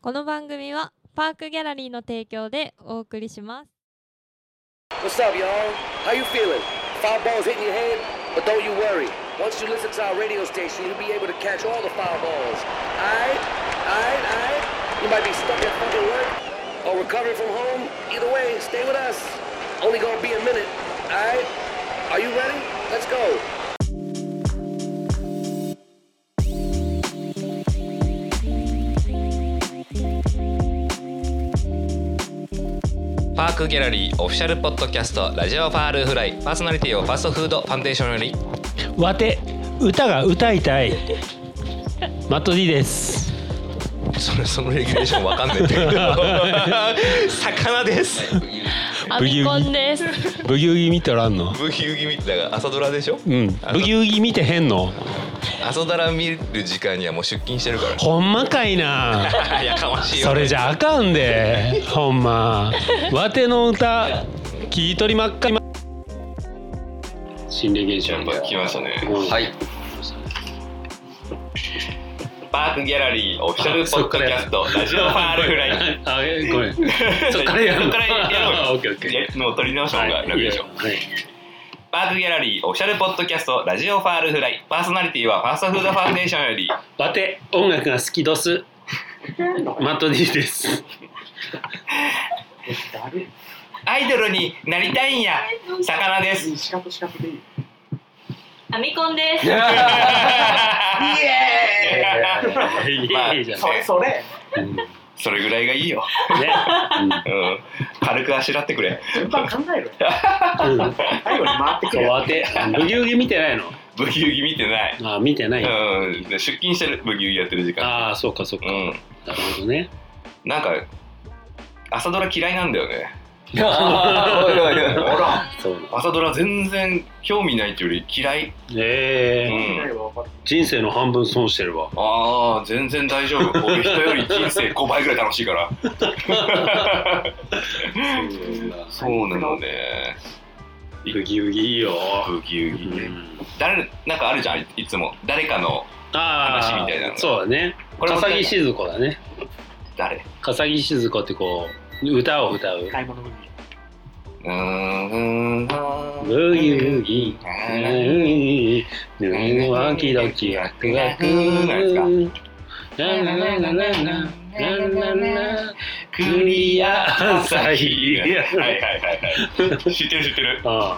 この番組はパークギャラリーの提供でお送りします What's up, y'all? How you feeling? Foul balls hitting your head? But don't you worry. Once you listen to our radio station, you'll be able to catch all the foul balls. Aight? Aight? Aight? You might be stuck at fucking work or recovering from home. Either way, stay with us. Only gonna be a minute. Aight? Are you ready? Let's go. パークギャラリーオフィシャルポッドキャストラジオファールフライパーソナリティをファストフードファンデーションよりわて歌が歌いたいマット D ですそれそのレギュレーションわかんないんだけど魚ですアビコンです。ブギウギ見てらんのブギウギ見てだから朝ドラでしょうんブギウギ見てへんの朝ドラ見る時間にはもう出勤してるかほんまかいならいやかましいよ それじゃあかんでほんまわての歌聞い取りまっかりま心霊現象やっぱ来ましたねうんはいパークギャラリーオフィシャルポッドキャストラジオファールフライあえごめんそっからやるそっからやろうオッケーオッケーいやもう取り直した方が楽でしょはいパークギャラリーオフィシャルポッドキャストラジオファールフライパーソナリティはファストフードファンデーションよりわて音楽が好きどすマット D ですアイドルになりたいんや魚ですアミコンです。イエーいまあいじゃんそれそれそれぐらいがいいよ、ね、うん、軽くあしらってくれうん、そうわてブギウギ見てないのブギウギ見てない、あ見てない、うん、で出勤してるブギウギやってる時間ああそうかそうか、うんなるほどねなんか朝ドラ嫌いなんだよねあー おいおいおいほらそう 朝ドラ全然興味ないっていうより嫌い、うええん、人生の半分損してるわああ全然大丈夫俺人より人生5倍ぐらい楽しいからそうなのねブギウギいいよ、ブギウギね、うん誰なんかあるじゃんいつも誰かのあ話あみたいなのそうだねこれも笠置静子だね誰笠置静子ってこう歌を歌ううーんブギウギうんうんワキドキワクワクラララララララララクリア朝日はいはいはいはい知ってる知ってるあ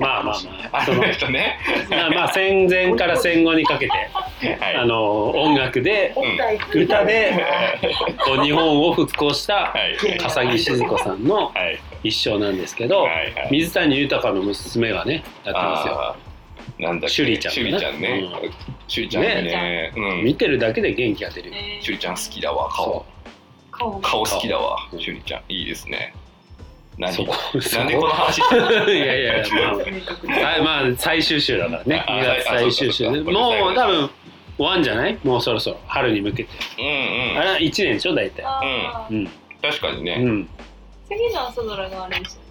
うんあまあまあまああそのの人ねまあまあ戦前から戦後にかけてはいあの音楽でうん歌でこう日本を復興したはい笠置静子さんのはい一生なんですけどはいはい水谷豊の娘がねやってますよあーなんだっけシュリちゃんねシュリちゃんねうシュリちゃんいいねうん見てるだけで元気が出るよシュリちゃん好きだわ顔顔顔好きだわうんシュリちゃんいいですね何そこなんでこの話してるの いやいやいや、まあ、あまあ最終週だからねあ2月最終週あそでうかもそうかこうれ最多後分終わんじゃないもうそろそろ春に向けてうんあうんれ1年でしょ大体あーうん確かにねうん次の朝ドラがあれですよね。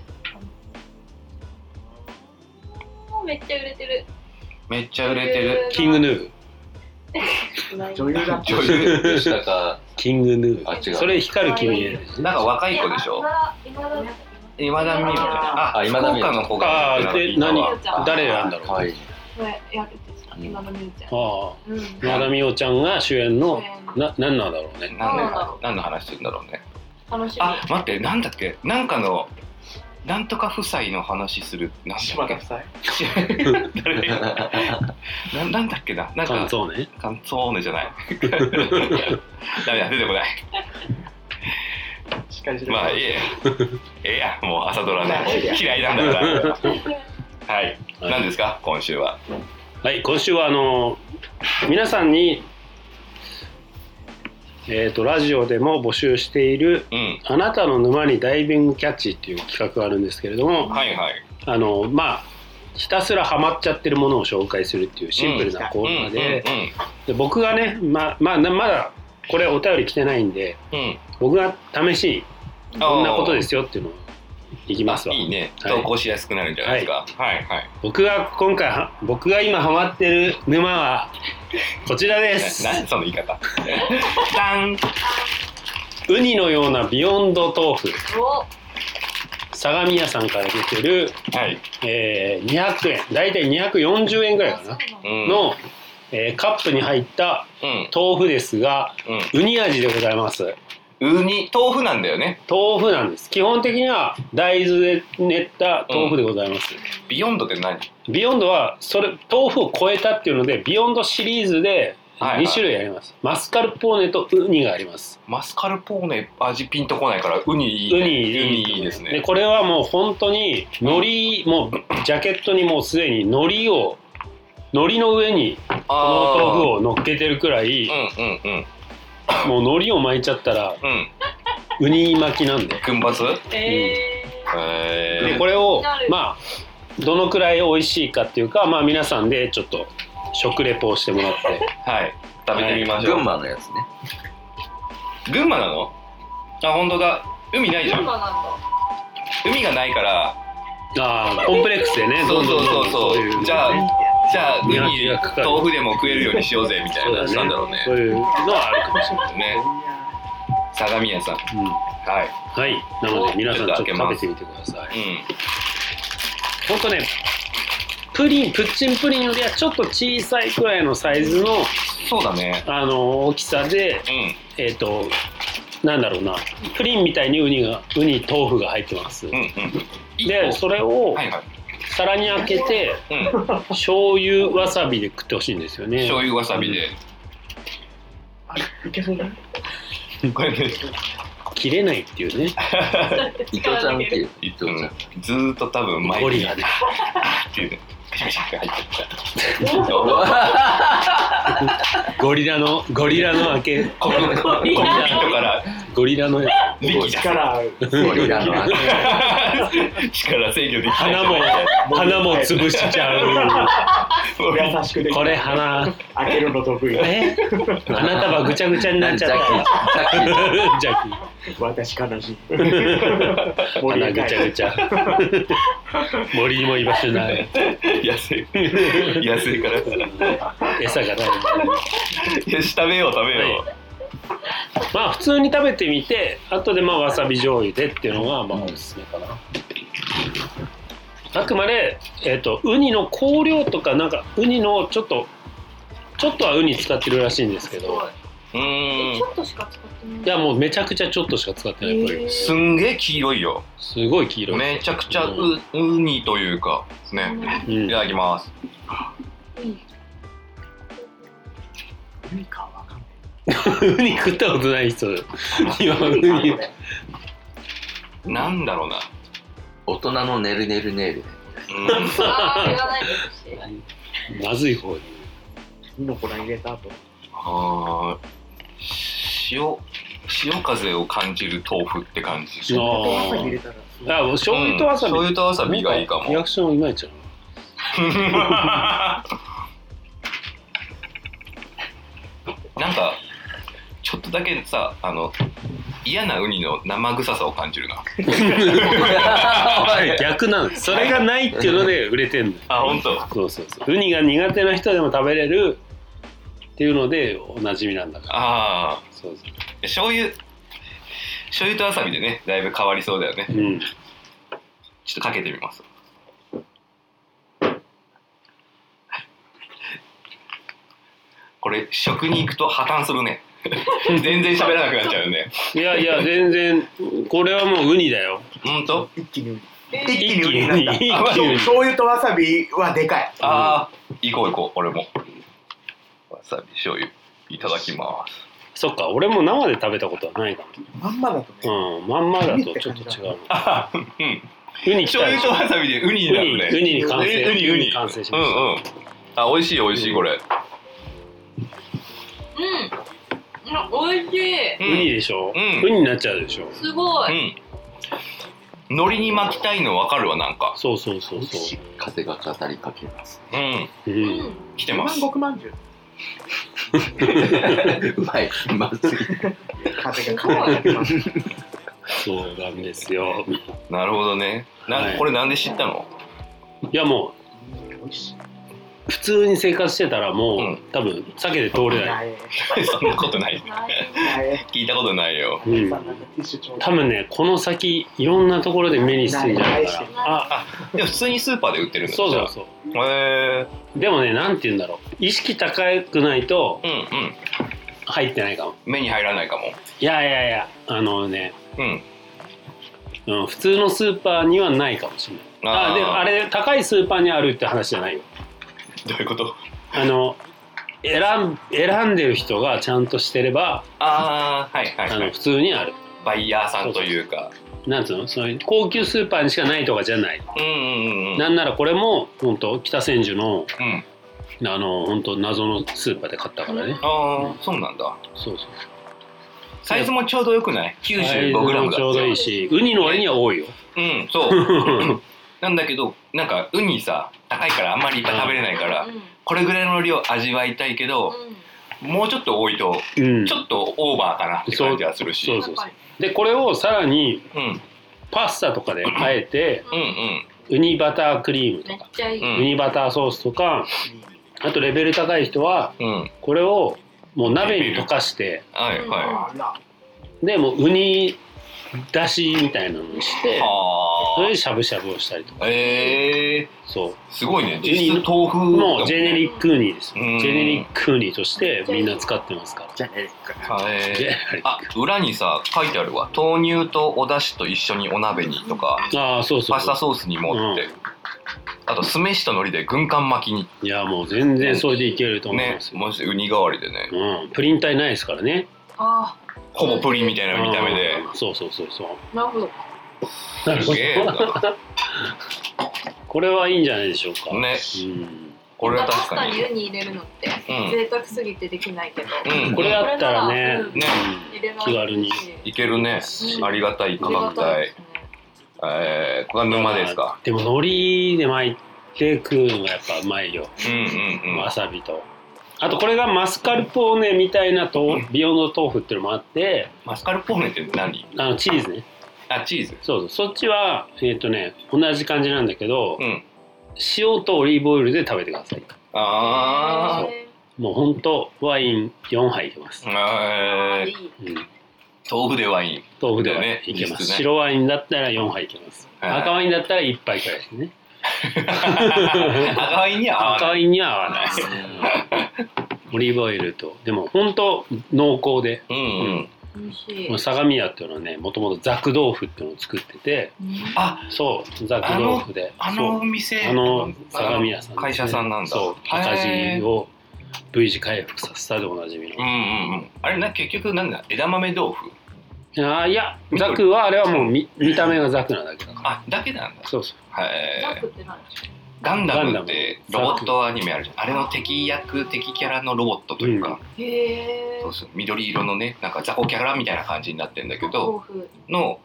あのめっちゃ売れてる。めっちゃ売れてる。キングヌー女優だ。女優吉高。キングヌあ違うーそれ光る君へなんか若い子でしょ。今今田だ。美桜ちゃん。あ、あ今田今田美美桜。福岡桜の子が。ああでなん何か誰なんだろうはあい。これやってた。今のみゆちゃん。あうん。今田美桜ちゃんが主演のな何なんだろうね何の何の話してんだろうね。楽しみ。あ、待って、なんだっけ、なんかの。なんとか夫妻の話する。なんだっけ。誰ななんだっけな、なん感か。想ねカンツォーネじゃない。 ダメだ、出てこない。まあ、いいや。ええや、もう朝ドラね。嫌いなんだ から。はい。何ですか、今週は。はい、今週はあの皆さんに、えー、とラジオでも募集しているうん。 「あなたの沼にダイビングキャッチ」っていう企画があるんですけれどもはいはい。あのまあひたすらハマっちゃってるものを紹介するっていうシンプルなコうーんナーで,、うんで僕がねままあなまだこれお便り来てないんでうんうん。。僕が試しにこんなことですすよっていうのをいきますわいいね。はい投稿しやすくなるんじゃないですか。はいはい。僕が今回は僕が今ハマってる沼はこちらですな、なその言い方。ダン。ウニのようなビヨンド豆腐お相模屋さんから出てる、はい。えー200円大体240円ぐらいかなうん。の、えーカップに入ったうん。豆腐ですがウニ味でございますうん。ウニ、豆腐なんだよね。豆腐なんです基本的には大豆で練った豆腐でございます、ビヨンドって何ビヨンドはそれ豆腐を超えたっていうのでビヨンドシリーズではいはい2種類あります、マスカルポーネとウニがありますマスカルポーネ味ピンとこないから、ウニいいウね。ニウニいいですでね。これはもう本当に海苔もうジャケットにもうすでに海苔を海苔の上にこの豆腐を。を乗っけてるくらういんうんうん。もう海苔を巻いちゃったらうん。ウニ巻きなんで群抜ええでー。これをなるまあどのくらい美味しいかっていうかまあ皆さんでちょっと食レポをしてもらって はい。食べてみましょう。群馬のやつね群馬なのあ、本当だ。海ないー、じゃ群ん。馬なん海がないから、ああコンプレックスでねそうそうそうそうどんどんどんどんいじゃあじゃあ、ウニ磨きがかかる豆腐でも食えるようにしようぜみたいな、なんだろうね。そういうのはあるかもしれね。相模屋さん。ない、うんはい。はい、なので皆さんちょっと食べてみてくださうい。本当ね、プリン、プッチンプリンよりはちょっと小さいくらいのサイズのん。そうだね。あの大きさで、うえっ、と、なんだろうな、プリンみたいにウニが、ウニ豆腐が入ってます。ん。うんうん。で、それをはいはい。皿に開けて、うん。醤油わさびで食ってほしいんですよね。醤油わさびで。これね、切れないっていうね、伊藤ちゃんっていう伊藤うちゃん、ん、ずーっと多分毎ゴ日リラで。っていうね、ピシャピシャって入ってあゴリラの、ゴリラの開け、コピーコピーとからゴリラのや力出すゴリラの話力制御できないつ。花も、花も潰しちゃう。優しくできこるれ花。開けるの得意え花束ぐちゃぐちゃになっちゃった。ジャッキージャッキ ジャッキーー私 悲しい花森ぐがちゃぐちゃ。森にも居場所ない。野生野生から餌がない。よし食べよう食べよまあ普通に食べてみて、後でまあわさび醤油でっていうのがまあおすすめかな。あくまでえっ、とウニの香料とかなんかウニのちょっとちょっとはウニ使ってるらしいんですけだすごどうい、うーえんちょっとしか使ってないいやもうめちゃくちゃちょっとしか使ってないこれ。すんげえ黄色いよすごい黄色い。めちゃくちゃうウニというかねねうんいただきます ウニ食ったことない人今ウニなんだろうな大人のねるねるねるうんあー言わないでほしいまずい方にキノコが入れた後あー塩潮風を感じる豆腐って感じあわさび入れたらすごいあ醤油とわさび、うん醤油とわさびがいいかリアもクションいまいちゃう なんかちょっとだけさあの嫌なウニの生臭さを感じる な 逆なのそれがないっていうので売れてんのあ本当。そうそうそうウニが苦手な人でも食べれるっていうのでおなじみなんだからああそうそ醤油醤油とわさびでねだいぶ変わりそうだよねううんちょっとかけてみますこれ食に行くと破綻するね全然喋らなくなっちゃうねいやいや全然これはもうウニだよほんと一気にえ一気にウニ一気あそうにウニ醤油とわさびはでかいああ行こう行こう俺もわさび醤油いただきますそっか俺も生で食べたことはないかまんまだとねもうんまんまだとちょっと違うあうんウニ来醤たで油しとょわさびでウニウになニるねウニに完成ウニウニ完成しうまんうした、んあ美味しい美味しいこれうんうん美味しいうんウニでしょ、うんウニになっちゃうでしょすごういん海苔に巻きたいの分かるわなんかそうそうそうそ風が語りかけますうんう、う、うんん来てます万国まんじゅううまいうますぎる風がかけますそうなんですよなるほどね。なはいこれなんで知ったの？いやも美味しい普通に生活してたらもう、うん多分酒で通れなない。い、そんなことない。ない。聞いたことないよ。うんさあなんかティッシュちょうだ多い分ねこの先いろんなところで目についんじゃないないかないなあでも普通にスーパーで売ってるんだそうそうじそうゃあへえ。でもねなんて言うんだろう意識高くないとうんうん。入ってないかも目に入らないかも。いやいやいやあのね、うん。うん、普通のスーパーにはないかもしれないあーでもあれ高いスーパーにあるって話じゃないよどういうことあの選ん選んでる人がちゃんとしてればああ、はいはあいはのい。普通にあるバイヤーさんというか。なんつうのそういう高級スーパーにしかないとかじゃない、うんうんうん。なんならこれも本当北千住のうん。あの本当謎のスーパーで買ったからね、ああ、そうなんだ。そうそうサイズもちょうどよくない ?95g サイズだもってちょうどいいしウニの割には多いようん、 そう。なんだけど、なんかウニさ、高いからあんまりいっぱい食べれないから、これぐらいの量味わいたいけど、もうちょっと多いと、うんちょっとオーバーかなって感じはするし。そうそうそうでこれをさらにうん、うんパスタとかであえてうんうん。ウニバタークリームめとっか、ちゃいい。うんウニバターソースとかあとレベル高い人はうん、これをもう鍋に溶かしてはいはあらでもうウニだしみたいなのにしてい。はそれでしゃぶしゃぶをしたりとかあ。えそうー、すごいね。実質豆腐もうジェネリックウニですジうんェネリックウニとしてみんな使ってますからじゃねえか。はえジェネリックあ、裏にさ、書いてあるわ。豆乳とお出汁と一緒にお鍋にとか、ああそうそうパスそタうソースにもってう。あと、酢飯と海苔で軍艦巻きに。いやもう全然それでいけると思いねま、すよ、もしウニ代わりでね、うん、プリン体ないですからねあほぼプリンみたいな見た目で。うんそうそうそうそうあ、なるほど。なるすほげえどな。これはいいんじゃないでしょうかね、うんこれはパス確かタにに。湯に入れるのってうん贅沢すぎてできないけど、うん、これだったらねなこれらうん入れない気軽にいけるね。ありがたい価ありが格たいで帯す。ねえー、これが沼ですか。でも海苔で巻いて食うのがやっぱうまいよ、うんうんうんわ。さびとあとこれがマスカルポーネみたいなとビヨンド豆腐っていうのもあってマスカルポーネって何あのチーズねあ、チーズ。そうそうそっちはえっ、とね同じ感じなんだけど、うん。塩とオリーブオイルで食べてくださいあへもうほんとワイン4杯いけますー。、ーえいー、いうん豆腐でワイン。豆腐ではだよねいけ実ます、質ね白ワインだったら4杯いけます、はい赤ワインだったら1杯くらいですね赤ワインには合わ赤ない。ワインには合わないですねオリーブオイルとでもほんと濃厚でうんうん。美味しいこの相模屋っていうのはねもともとザク豆腐っていうのを作っててうんあ、そうザク豆腐であそうのお店。あの相模屋さんですね、会社さんなんだ。そう赤へ字ーを V 字回復させたでおなじみのうんうんうん。あれな、結局なんだ枝豆豆腐あーいやザクはあれはもう見見た目がザクなだけだからあ、だけなんだ。そうそうはい。なくってないガンダムってロボットアニメあるじゃんあれの敵役敵キャラのロボットというか、へそうそう緑色のねなんか雑魚キャラみたいな感じになってんだけど豆腐の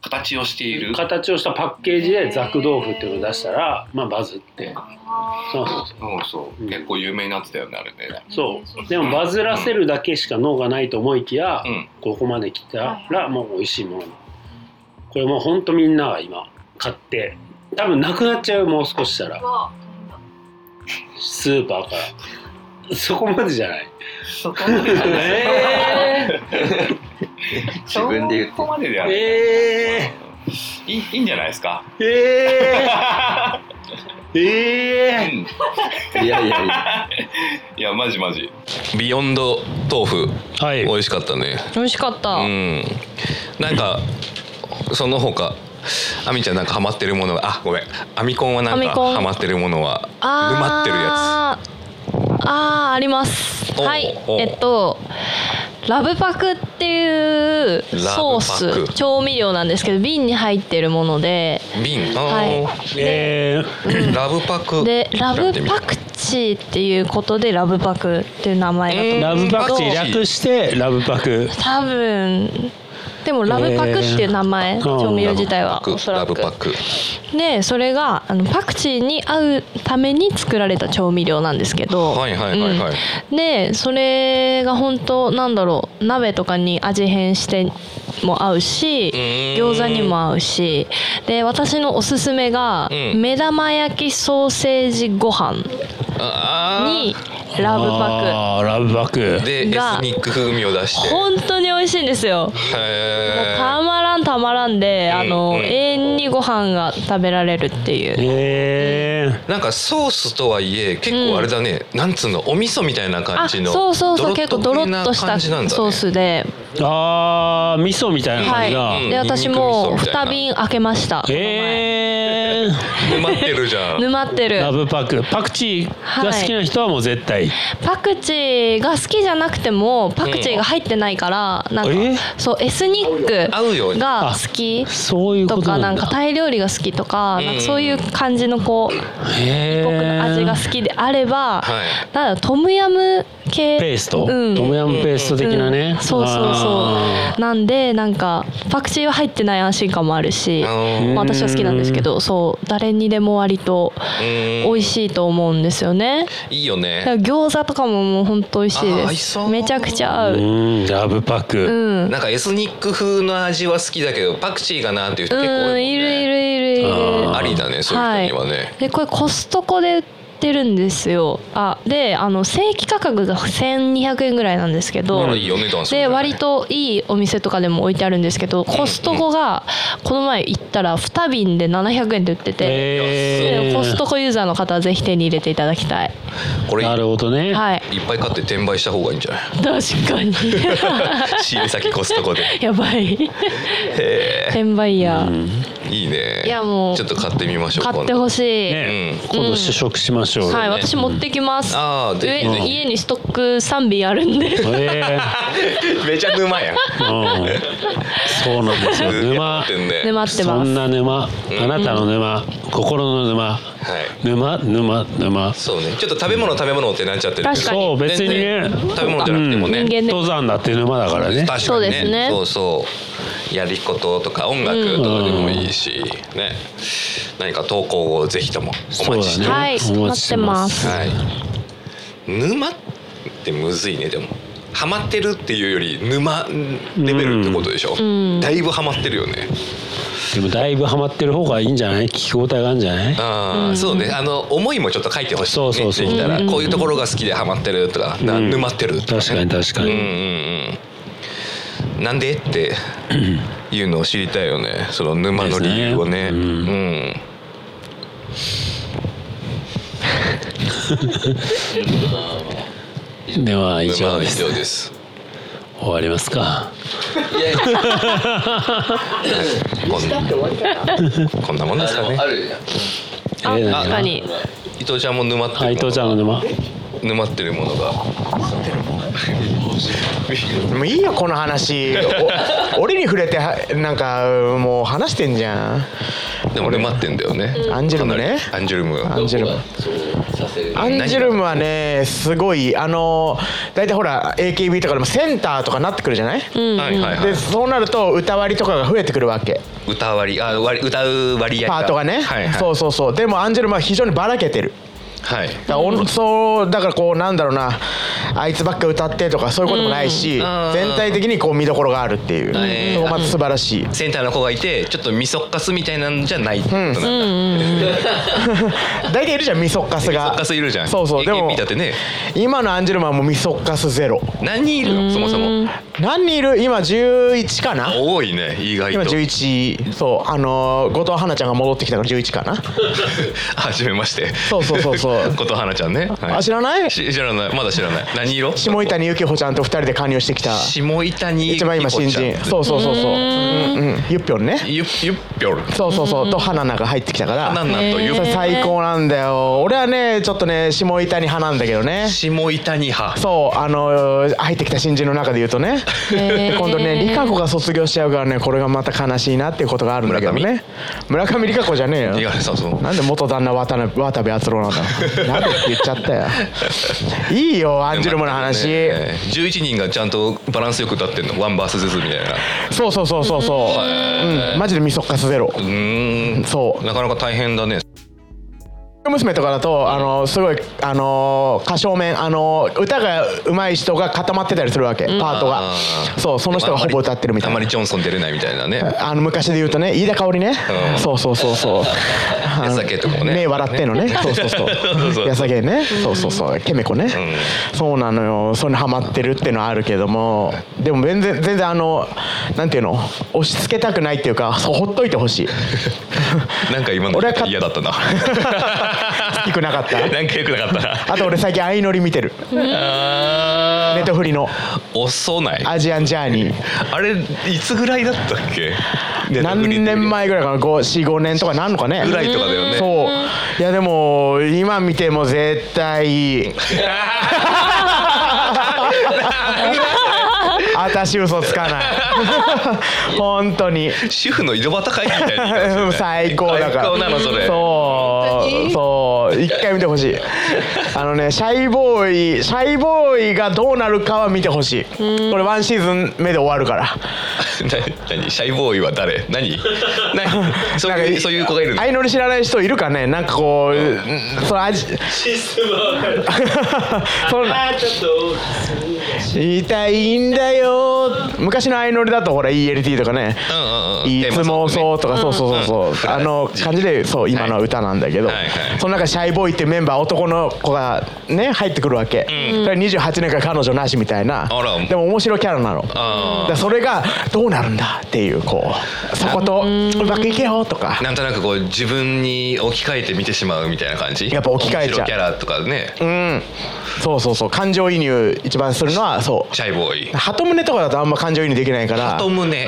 形をしている形をしたパッケージでザク豆腐っていうのを出したらまあバズってあーそうそうそうそうそう、うん結構有名になってたよねあれねそうでもバズらせるだけしか脳がないと思いきや、うんここまで来たらもう美味しいものこれもうほんとみんなが今買って多分なくなっちゃうよもう少ししたらはスーパーからそこまでじゃないそこまでえ自分で言ってそこまででー、ある、えいいいいんじゃないですか、ー、えー、えーうんいやいやいや。いやマジマジビヨンド豆腐はい味しかったね美味しかった、うんなんかその他アミちゃんなんかハマってるものがあごめんアミコンはなんアかミコンハマってるものは沼あってるやつあーありますおうはいおうえっとラブパクっていうソーラブパスク調味料なんですけど瓶に入ってるものでつ瓶はいあえー、ーラブパクでラブパククチーっていうことでラブパクっていう名前だと思うんですけどラブパクチー略してラブパク多分でもラブパクっていう名前、調味料自体はおそらラブくパクでそれがあのパクチーに合うために作られた調味料なんですけど、はいはいはいはい、うんでそれが本当なんだろう鍋とかに味変しても合うしーん餃子にも合うしで私のおすすめが、うん目玉焼きソーセージご飯あーにラブパあーラブバックでエスがニック風味を出しクて本当に美味しいんですよもうへたまらんたまらんで、うんあの、うん永遠にご飯が食べられるっていうえーーなんかソースとはいえ結構あれだね、なんつうのお味噌みたいな感あじのそうそうそう結構ドロめッなとした感ソじなんだねースで、あー味噌みたいな感じだ、はい、でうんニ私ンニク味噌もみたいな2瓶開けましたこの前えー沼ってるじゃん沼ってるラブパックパクチーが好きな人はもう絶対、パクチーが好きじゃなくてもパクチーが入ってないから、なんかえそうエスニ合うよックがあ好きそういうこととかななんんだかタイ料理が好きとかんなんかそういう感じのこうへー僕の味が好きであれば、はいなんだろうトムヤム系ペースト、うんトムヤムペースト的なね、うんそうそうあそうなんでなんかパクチーは入ってない安心感もあるし、あのうんまあ、私は好きなんですけどそう誰にでも割とうん美味しいと思うんですよねいいよだからね餃子とかももう本当美味しいあー合でいすそうめちゃくちゃ合ーううんラブパッうク、んなんかエスニック風の味は好きだけどパクチーがなっていう人結構多いもんうんねいるいるいるいるありだねそういう人にはね、でこれコストコで売ってるんですよあであの正規価格が1200円ぐらいなんですけど、あらいいよねダンスで割といいお店とかでも置いてあるんですけどコストコがこの前行ったら2瓶で700円で売ってて、えでーコストコユーザーの方はぜひ手に入れていただきたいこれなるほどね、はいいっぱい買って転売した方がいいんじゃない確かに仕入れ先コストコで やばいへ転売ヤーーいいねいやもうちょっと買ってみましょう買ってほしい、ね、うん今度試食しましょう、はい私持ってきます、あーぜ上ひぜひ家にストック3瓶あるんでえ今度めちゃ沼やんーうん、そうなんですよ沼ってんね沼ってそまんすな沼あなたの沼、心のは沼い沼沼沼そうねちょっと食べ物食べ物ってなっちゃってるけど確かにそう別にね全然食べ物じゃなくてもね、うん人間で登山だって沼だからね確そかうにですねそうそうやることとか音楽とかでもいいし、ね何か投稿をぜひともおそう待ちしだてねまはおい待ちしてま待ってますすはい沼ってむずいねでもハマってるっていうより沼レベルってことでしょ、んだいぶハマってるよねでもだいぶハマってる方がいいんじゃない聞き応えがあるんじゃないああ、そうねあの思いもちょっと書いてほしい、ね、そうそうそうできたら、こういうところが好きでハマってるとか、なうん沼ってると確かに確かうんうに、んうんなんでっていうのを知りたいよねその沼の理由をねですねうんではうん以沼上はで以す上です終わりますかだこってん終わりかな。こんなもんですかねあるやんあえー確かに伊藤ちゃんも沼ってるものはい伊藤ちゃんの沼沼ってるものがもういいよこ の話お俺に触れてはなんかもう話してんじゃんでも沼ってんだよねアンジュルムねアンジュルムアンジュルムそうさせるアンジュルムはねすごいあの大体ほら AKB とかでもセンターとかなってくるじゃない、はいはいはでいそうなると歌割りとかが増えてくるわけ歌割りあ割り歌う割合パートがね、はいはいそうそうそうでもアンジュルムは非常にばらけてるはいだからおんそうだからこうなんだろうなあいつばっか歌ってとかそういうこともないし、ん全体的にこう見どころがあるっていう、んそこまた素晴らしいセンターの子がいてちょっとみそっかすみたいなんじゃないってことなんだ大体いるじゃんみそっかすみそっがかすいるじゃんそうそうでも AKB だってね今のアンジェルマンもうミソッカスゼロ何人いるのそもそも何人いる今11かな多いね意外と今11そうあのー後藤花ちゃんが戻ってきたから11かなはじめましてそうそうそ うそう琴花ちゃんね、はいあ知らないし知らないまだ知らない何色下板に幸穂ちゃんと2人で加入してきた下板に一番今新人そううそうそうそううんうんゆっぴょんねゆゆっぴょるそうそうそうと花菜が入ってきたからなんなんとゆっそれ最高なんだよ俺はねちょっとね下板に派なんだけどね下板に派そうあのー入ってきた新人の中で言うとねへー今度ね理香子が卒業しちゃうからねこれがまた悲しいなっていうことがあるんだけどね村上理香子じゃねえいよやそうそうなんで元旦那渡辺渡部篤郎なんだ ろうなんでって言っちゃったよいいよアンジュルムの話、ね11人がちゃんとバランスよく歌ってんのワンバースずつみたいなそうそうそうそうそう、うん、マジでみそっかすゼロうーんそうなかなか大変だね娘とかだとあのすごいあの歌唱面あの歌が上手い人が固まってたりするわけ、パートがあーそうその人がほぼ歌ってるみたいあんまなりジョンソン出れないみたい なねあの昔で言うとね飯田香織ね、うんそうそうそうそう あの安田圭とかもね目笑ってん のねそうそうそうそうそう安田圭ねそうそうそうケメ子ね、そうなのよそれにハマってるってのはあるけどもでも全然全然あのなんていうの押し付けたくないっていうかそうほっといて ほしいなんか今の俺は勝っ嫌だったな低くなかったなんかよくなかったなあと俺最近相乗り見てるあネットフリのー遅ないアジアンジャーニーあれいつぐらいだったっけ何年前ぐらいかな45年とかなんのかねぐらいとかだよねそういやでも今見ても絶対いい私嘘つかない 本当に 主婦の井戸端会議みたいな言い方してるね最高だから最高なのそれそ本当うにそう一回見てほしいあのねシャイボーイシャイボーイがどうなるかは見てほしいこれワンシーズン目で終わるからな何シャイボーイは誰何 何そういうそういう子がいるの相乗り知らない人いるかねなんかこう、その味システムは分かる そのあーちょっと痛いんだよ昔の相乗りだとほら ELT とかねうんうんうんいつもそうとかそうそうそううんそうあの感じでそう今の歌なんだけどはいはいその中シャイボーイってメンバー男の子がね入ってくるわけそれ28年間彼女なしみたいなあらでも面白いキャラなのあーだからそれがどうなるんだっていうこうそことうまくいけよとかなんとなくこう自分に置き換えて見てしまうみたいな感じやっぱ置き換えちゃう面白いキャラとかねうんそうそうそう感情移入一番するのはそうシャイボーイ鳩胸とかだとあんま感情移入できないから鳩胸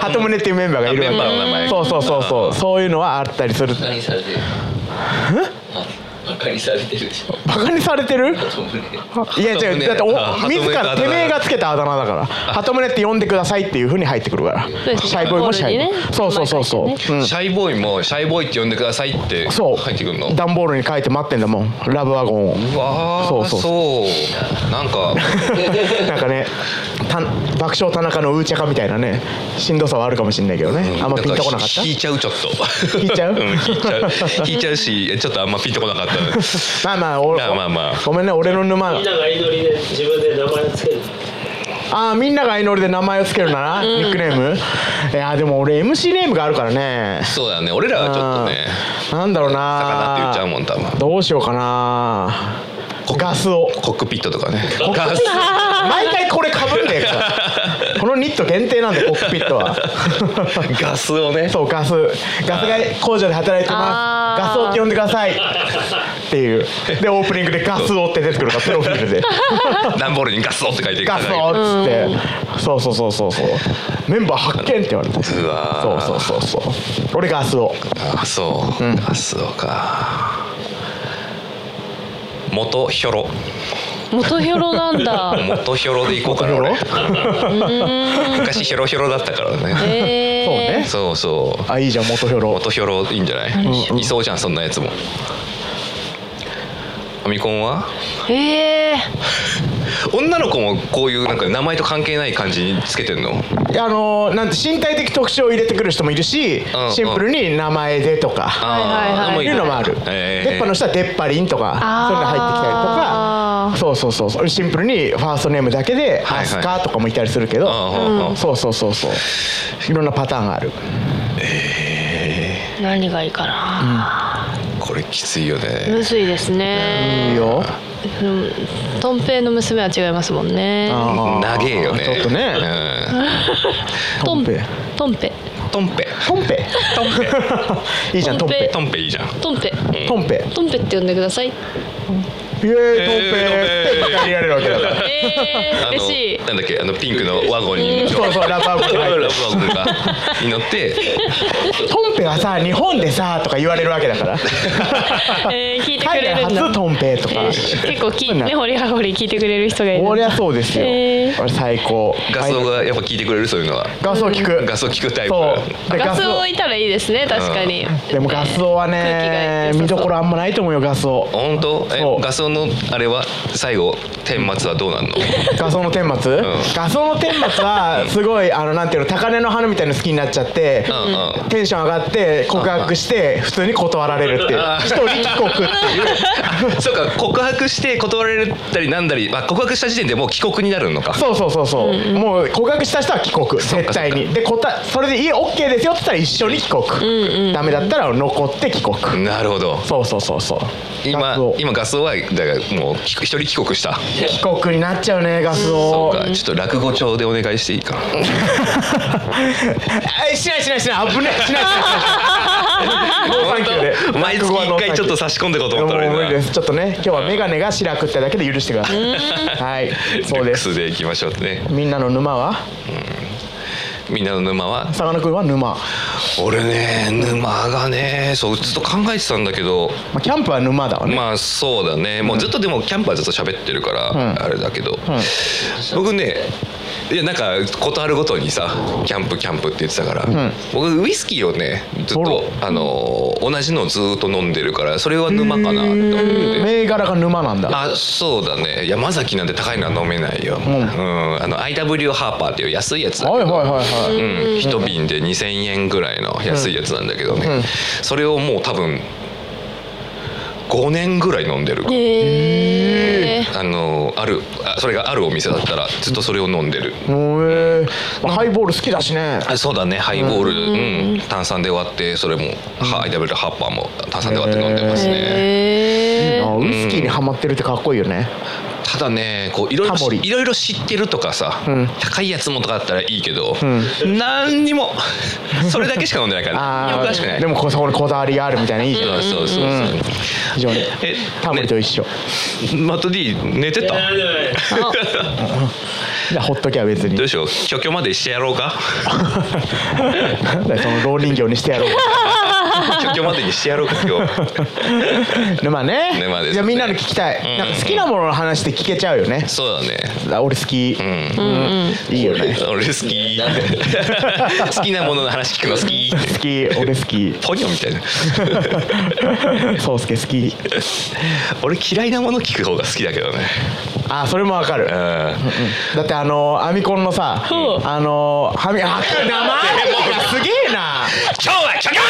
鳩胸っていうメンバーがいるわけメンバーの名前そうそうそうそうそういうのはあったりするカにされてるバカにされてるでしょバカにされてると思うねいや違うだってお鳩胸自ら鳩胸てめえがつけたあだ名だから鳩胸って呼んでくださいっていうふうに入ってくるからうですねシャイボーイもシャイボゴーールにねイそうそうそうそう、名前書うんシャイボーイもシャイボーイって呼んでくださいってそう入ってくるの段ボールに書いて待ってんだもんラブワゴンをうわーそそううそうなんかなんかねた爆笑田中のうーちゃかみたいなねしんどさはあるかもしれないけどね、あんまピンとこなかっん引いたちゃうちょっと引いちゃうん引いちゃう引いちゃうしちょっとあんまピンとこなかったまあまあおまあまあまあごめんね俺の沼みんなが祈りで自分で名前つけるああみんなが相乗りで名前をつけるなら、ニックネームいやでも俺 MC ネームがあるからねそうだね俺らはちょっとねあーなんだろう魚なって言っちゃうもん多分どうしようかなガ スをコックピットとかねコックガス毎回これかぶんねえからこのニット限定なんでコックピットはガスをねそうガスガスが工場で働いてあますーガスをって呼んでくださいっていうでオープニングでガスをって出てくるからプロフィールで段ボールにガスをって書いていくガスをっつってそうそうそうそうそうメンバー発見って言われてうわそうーそうそうそう俺ガスをあそう、あそうか元ひょろ元ヒョロなんだ元ひょろでいこうかな俺昔ひょろひょろだったからねえー、そそうねうそうあいいじゃん元ヒョロ元ひょろいいんじゃないいそうじゃんそんなやつもファミコンはえ女の子もこういうなんか名前と関係ない感じにつけてんのいやあのーなんて身体的特徴を入れてくる人もいるしうんシンプルに名前でとかはいはいはいあーいうのもあるえー出っ歯の人は出っ歯りんとかそういうの入ってきたりとあかそうそうそうそうシンプルにファーストネームだけで「はいはいアスカ」とかもいたりするけどあーあーそうそうそうそういろんなパターンがあるー、何がいいかな、これきついよねむずいですいいねようんトンペイの娘は違いますもんねあー長えよねちょっとねうんトンペトンペトンペトンペトンペいいじゃんトンペトンペいいじゃんトンペトンペトンペって呼んでくださいイエーイトンペえーって借りられるわけだからえー、あ嬉のしいなんだっけあのピンクのワゴンに乗そう そうラバーブック入ってるに乗ってトンペはさ日本でさとか言われるわけだからえー、聞いてく海れ外るんだ初トンペとかえー結構きそうなんねほりはほり聞いてくれる人がいる俺はそうですよえー俺最高ガスオがやっぱ聞いてくれるそういうのはガスを聞くガスを聞くタイプそうでガスオをいたらいいですね確かにでもガスオは空気が良ねさそう見どころあんまないと思うよガスオ本当そうえガスオそのあれは最後顛末はどうなんの画像の顛末、画像の顛末はすごいあのなんていうの高嶺の花みたいなの好きになっちゃって、うんうんテンション上がって告白して普通に断られるっていうあー一人帰国ってい うそうか告白して断られたりなんだり、まあ、告白した時点でもう帰国になるの かそうそうそうそう、もう告白した人は帰国そっか絶対にで答えそれで「いい OK ですよ」って言ったら一緒に帰国、ダメだったら残って帰国、なるほどそうそうそうそうガ今スを今ガスはだからもう帰一人帰国した帰国になっちゃうねガスそうをかちょっと落語帳でお願いしていいかな えしないしないしない危ないしないしないしないノーサンキュ本当ーで毎月一回ちょっと差し込んでこうと思ったのにもなう無理ですちょっとね今日はメガネが白くってだけで許してくださいはいそルッうでクすスでいきましょうねみんなの沼はみんなの沼はさかなクンは沼、ま俺ね沼がねそうずっと考えてたんだけどあ、キャンプは沼だわね、まあそうだねもうずっとでもキャンパーずっと喋ってるから、んあれだけど、僕ねいやなんか事あるごとにさキャンプキャンプって言ってたから、僕ウイスキーをねずっあとあのー同じのをずっと飲んでるからそれは沼かなって思ってて。銘柄が沼なんだあそうだね山崎なんて高いのは飲めないよ、うんんあの IW ハーパーっていう安いやつだけどはいはいはいはうい、ん、一瓶で2,000円ぐらいの安いやつなんだけどね、うんそれをもう多分5年ぐらい飲んでる、へえあのあるあそれがあるお店だったらずっとそれを飲んでる、おえまあハイボール好きだしねあそうだねハイボール、うん炭酸で割ってそれも、ハイダブルハッパーも炭酸で割って飲んでますね、へえあウイスキーにハマってるってかっこいいよねただねこういろいろタモリいろいろ知ってるとかさ、ん高いやつもとかだったらいいけど、何にも それだけしか飲んでないから何にもあ詳しくないーでもこそこにこだわりがあるみたいないいじゃんそうそうそうそう、うん非常にえタモリと一緒マット D 寝てた じゃあほっときゃ別にどうし よう虚虚までしてやろうかなん だよその老人形にしてやろう虚虚までにしてやろうか今日沼ね沼ですねじゃあみんなの聞きたい、んなんか好きなものの話で聞けちゃうよねそうだねあ俺好き、うんいいよね俺好き 好きなものの話聞くの好き好き俺好き ポニョみたいな宗介好き俺嫌いなもの聞く方が好きだけどねあそれもわかるうんだってあのアミコンのさ、あのはみあ名前がすげえな今日は虚虚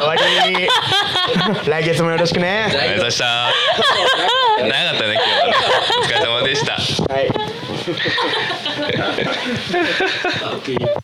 ま終わり 来月もよろしくねでありがとうございました長かったね今日はねお疲れ様でした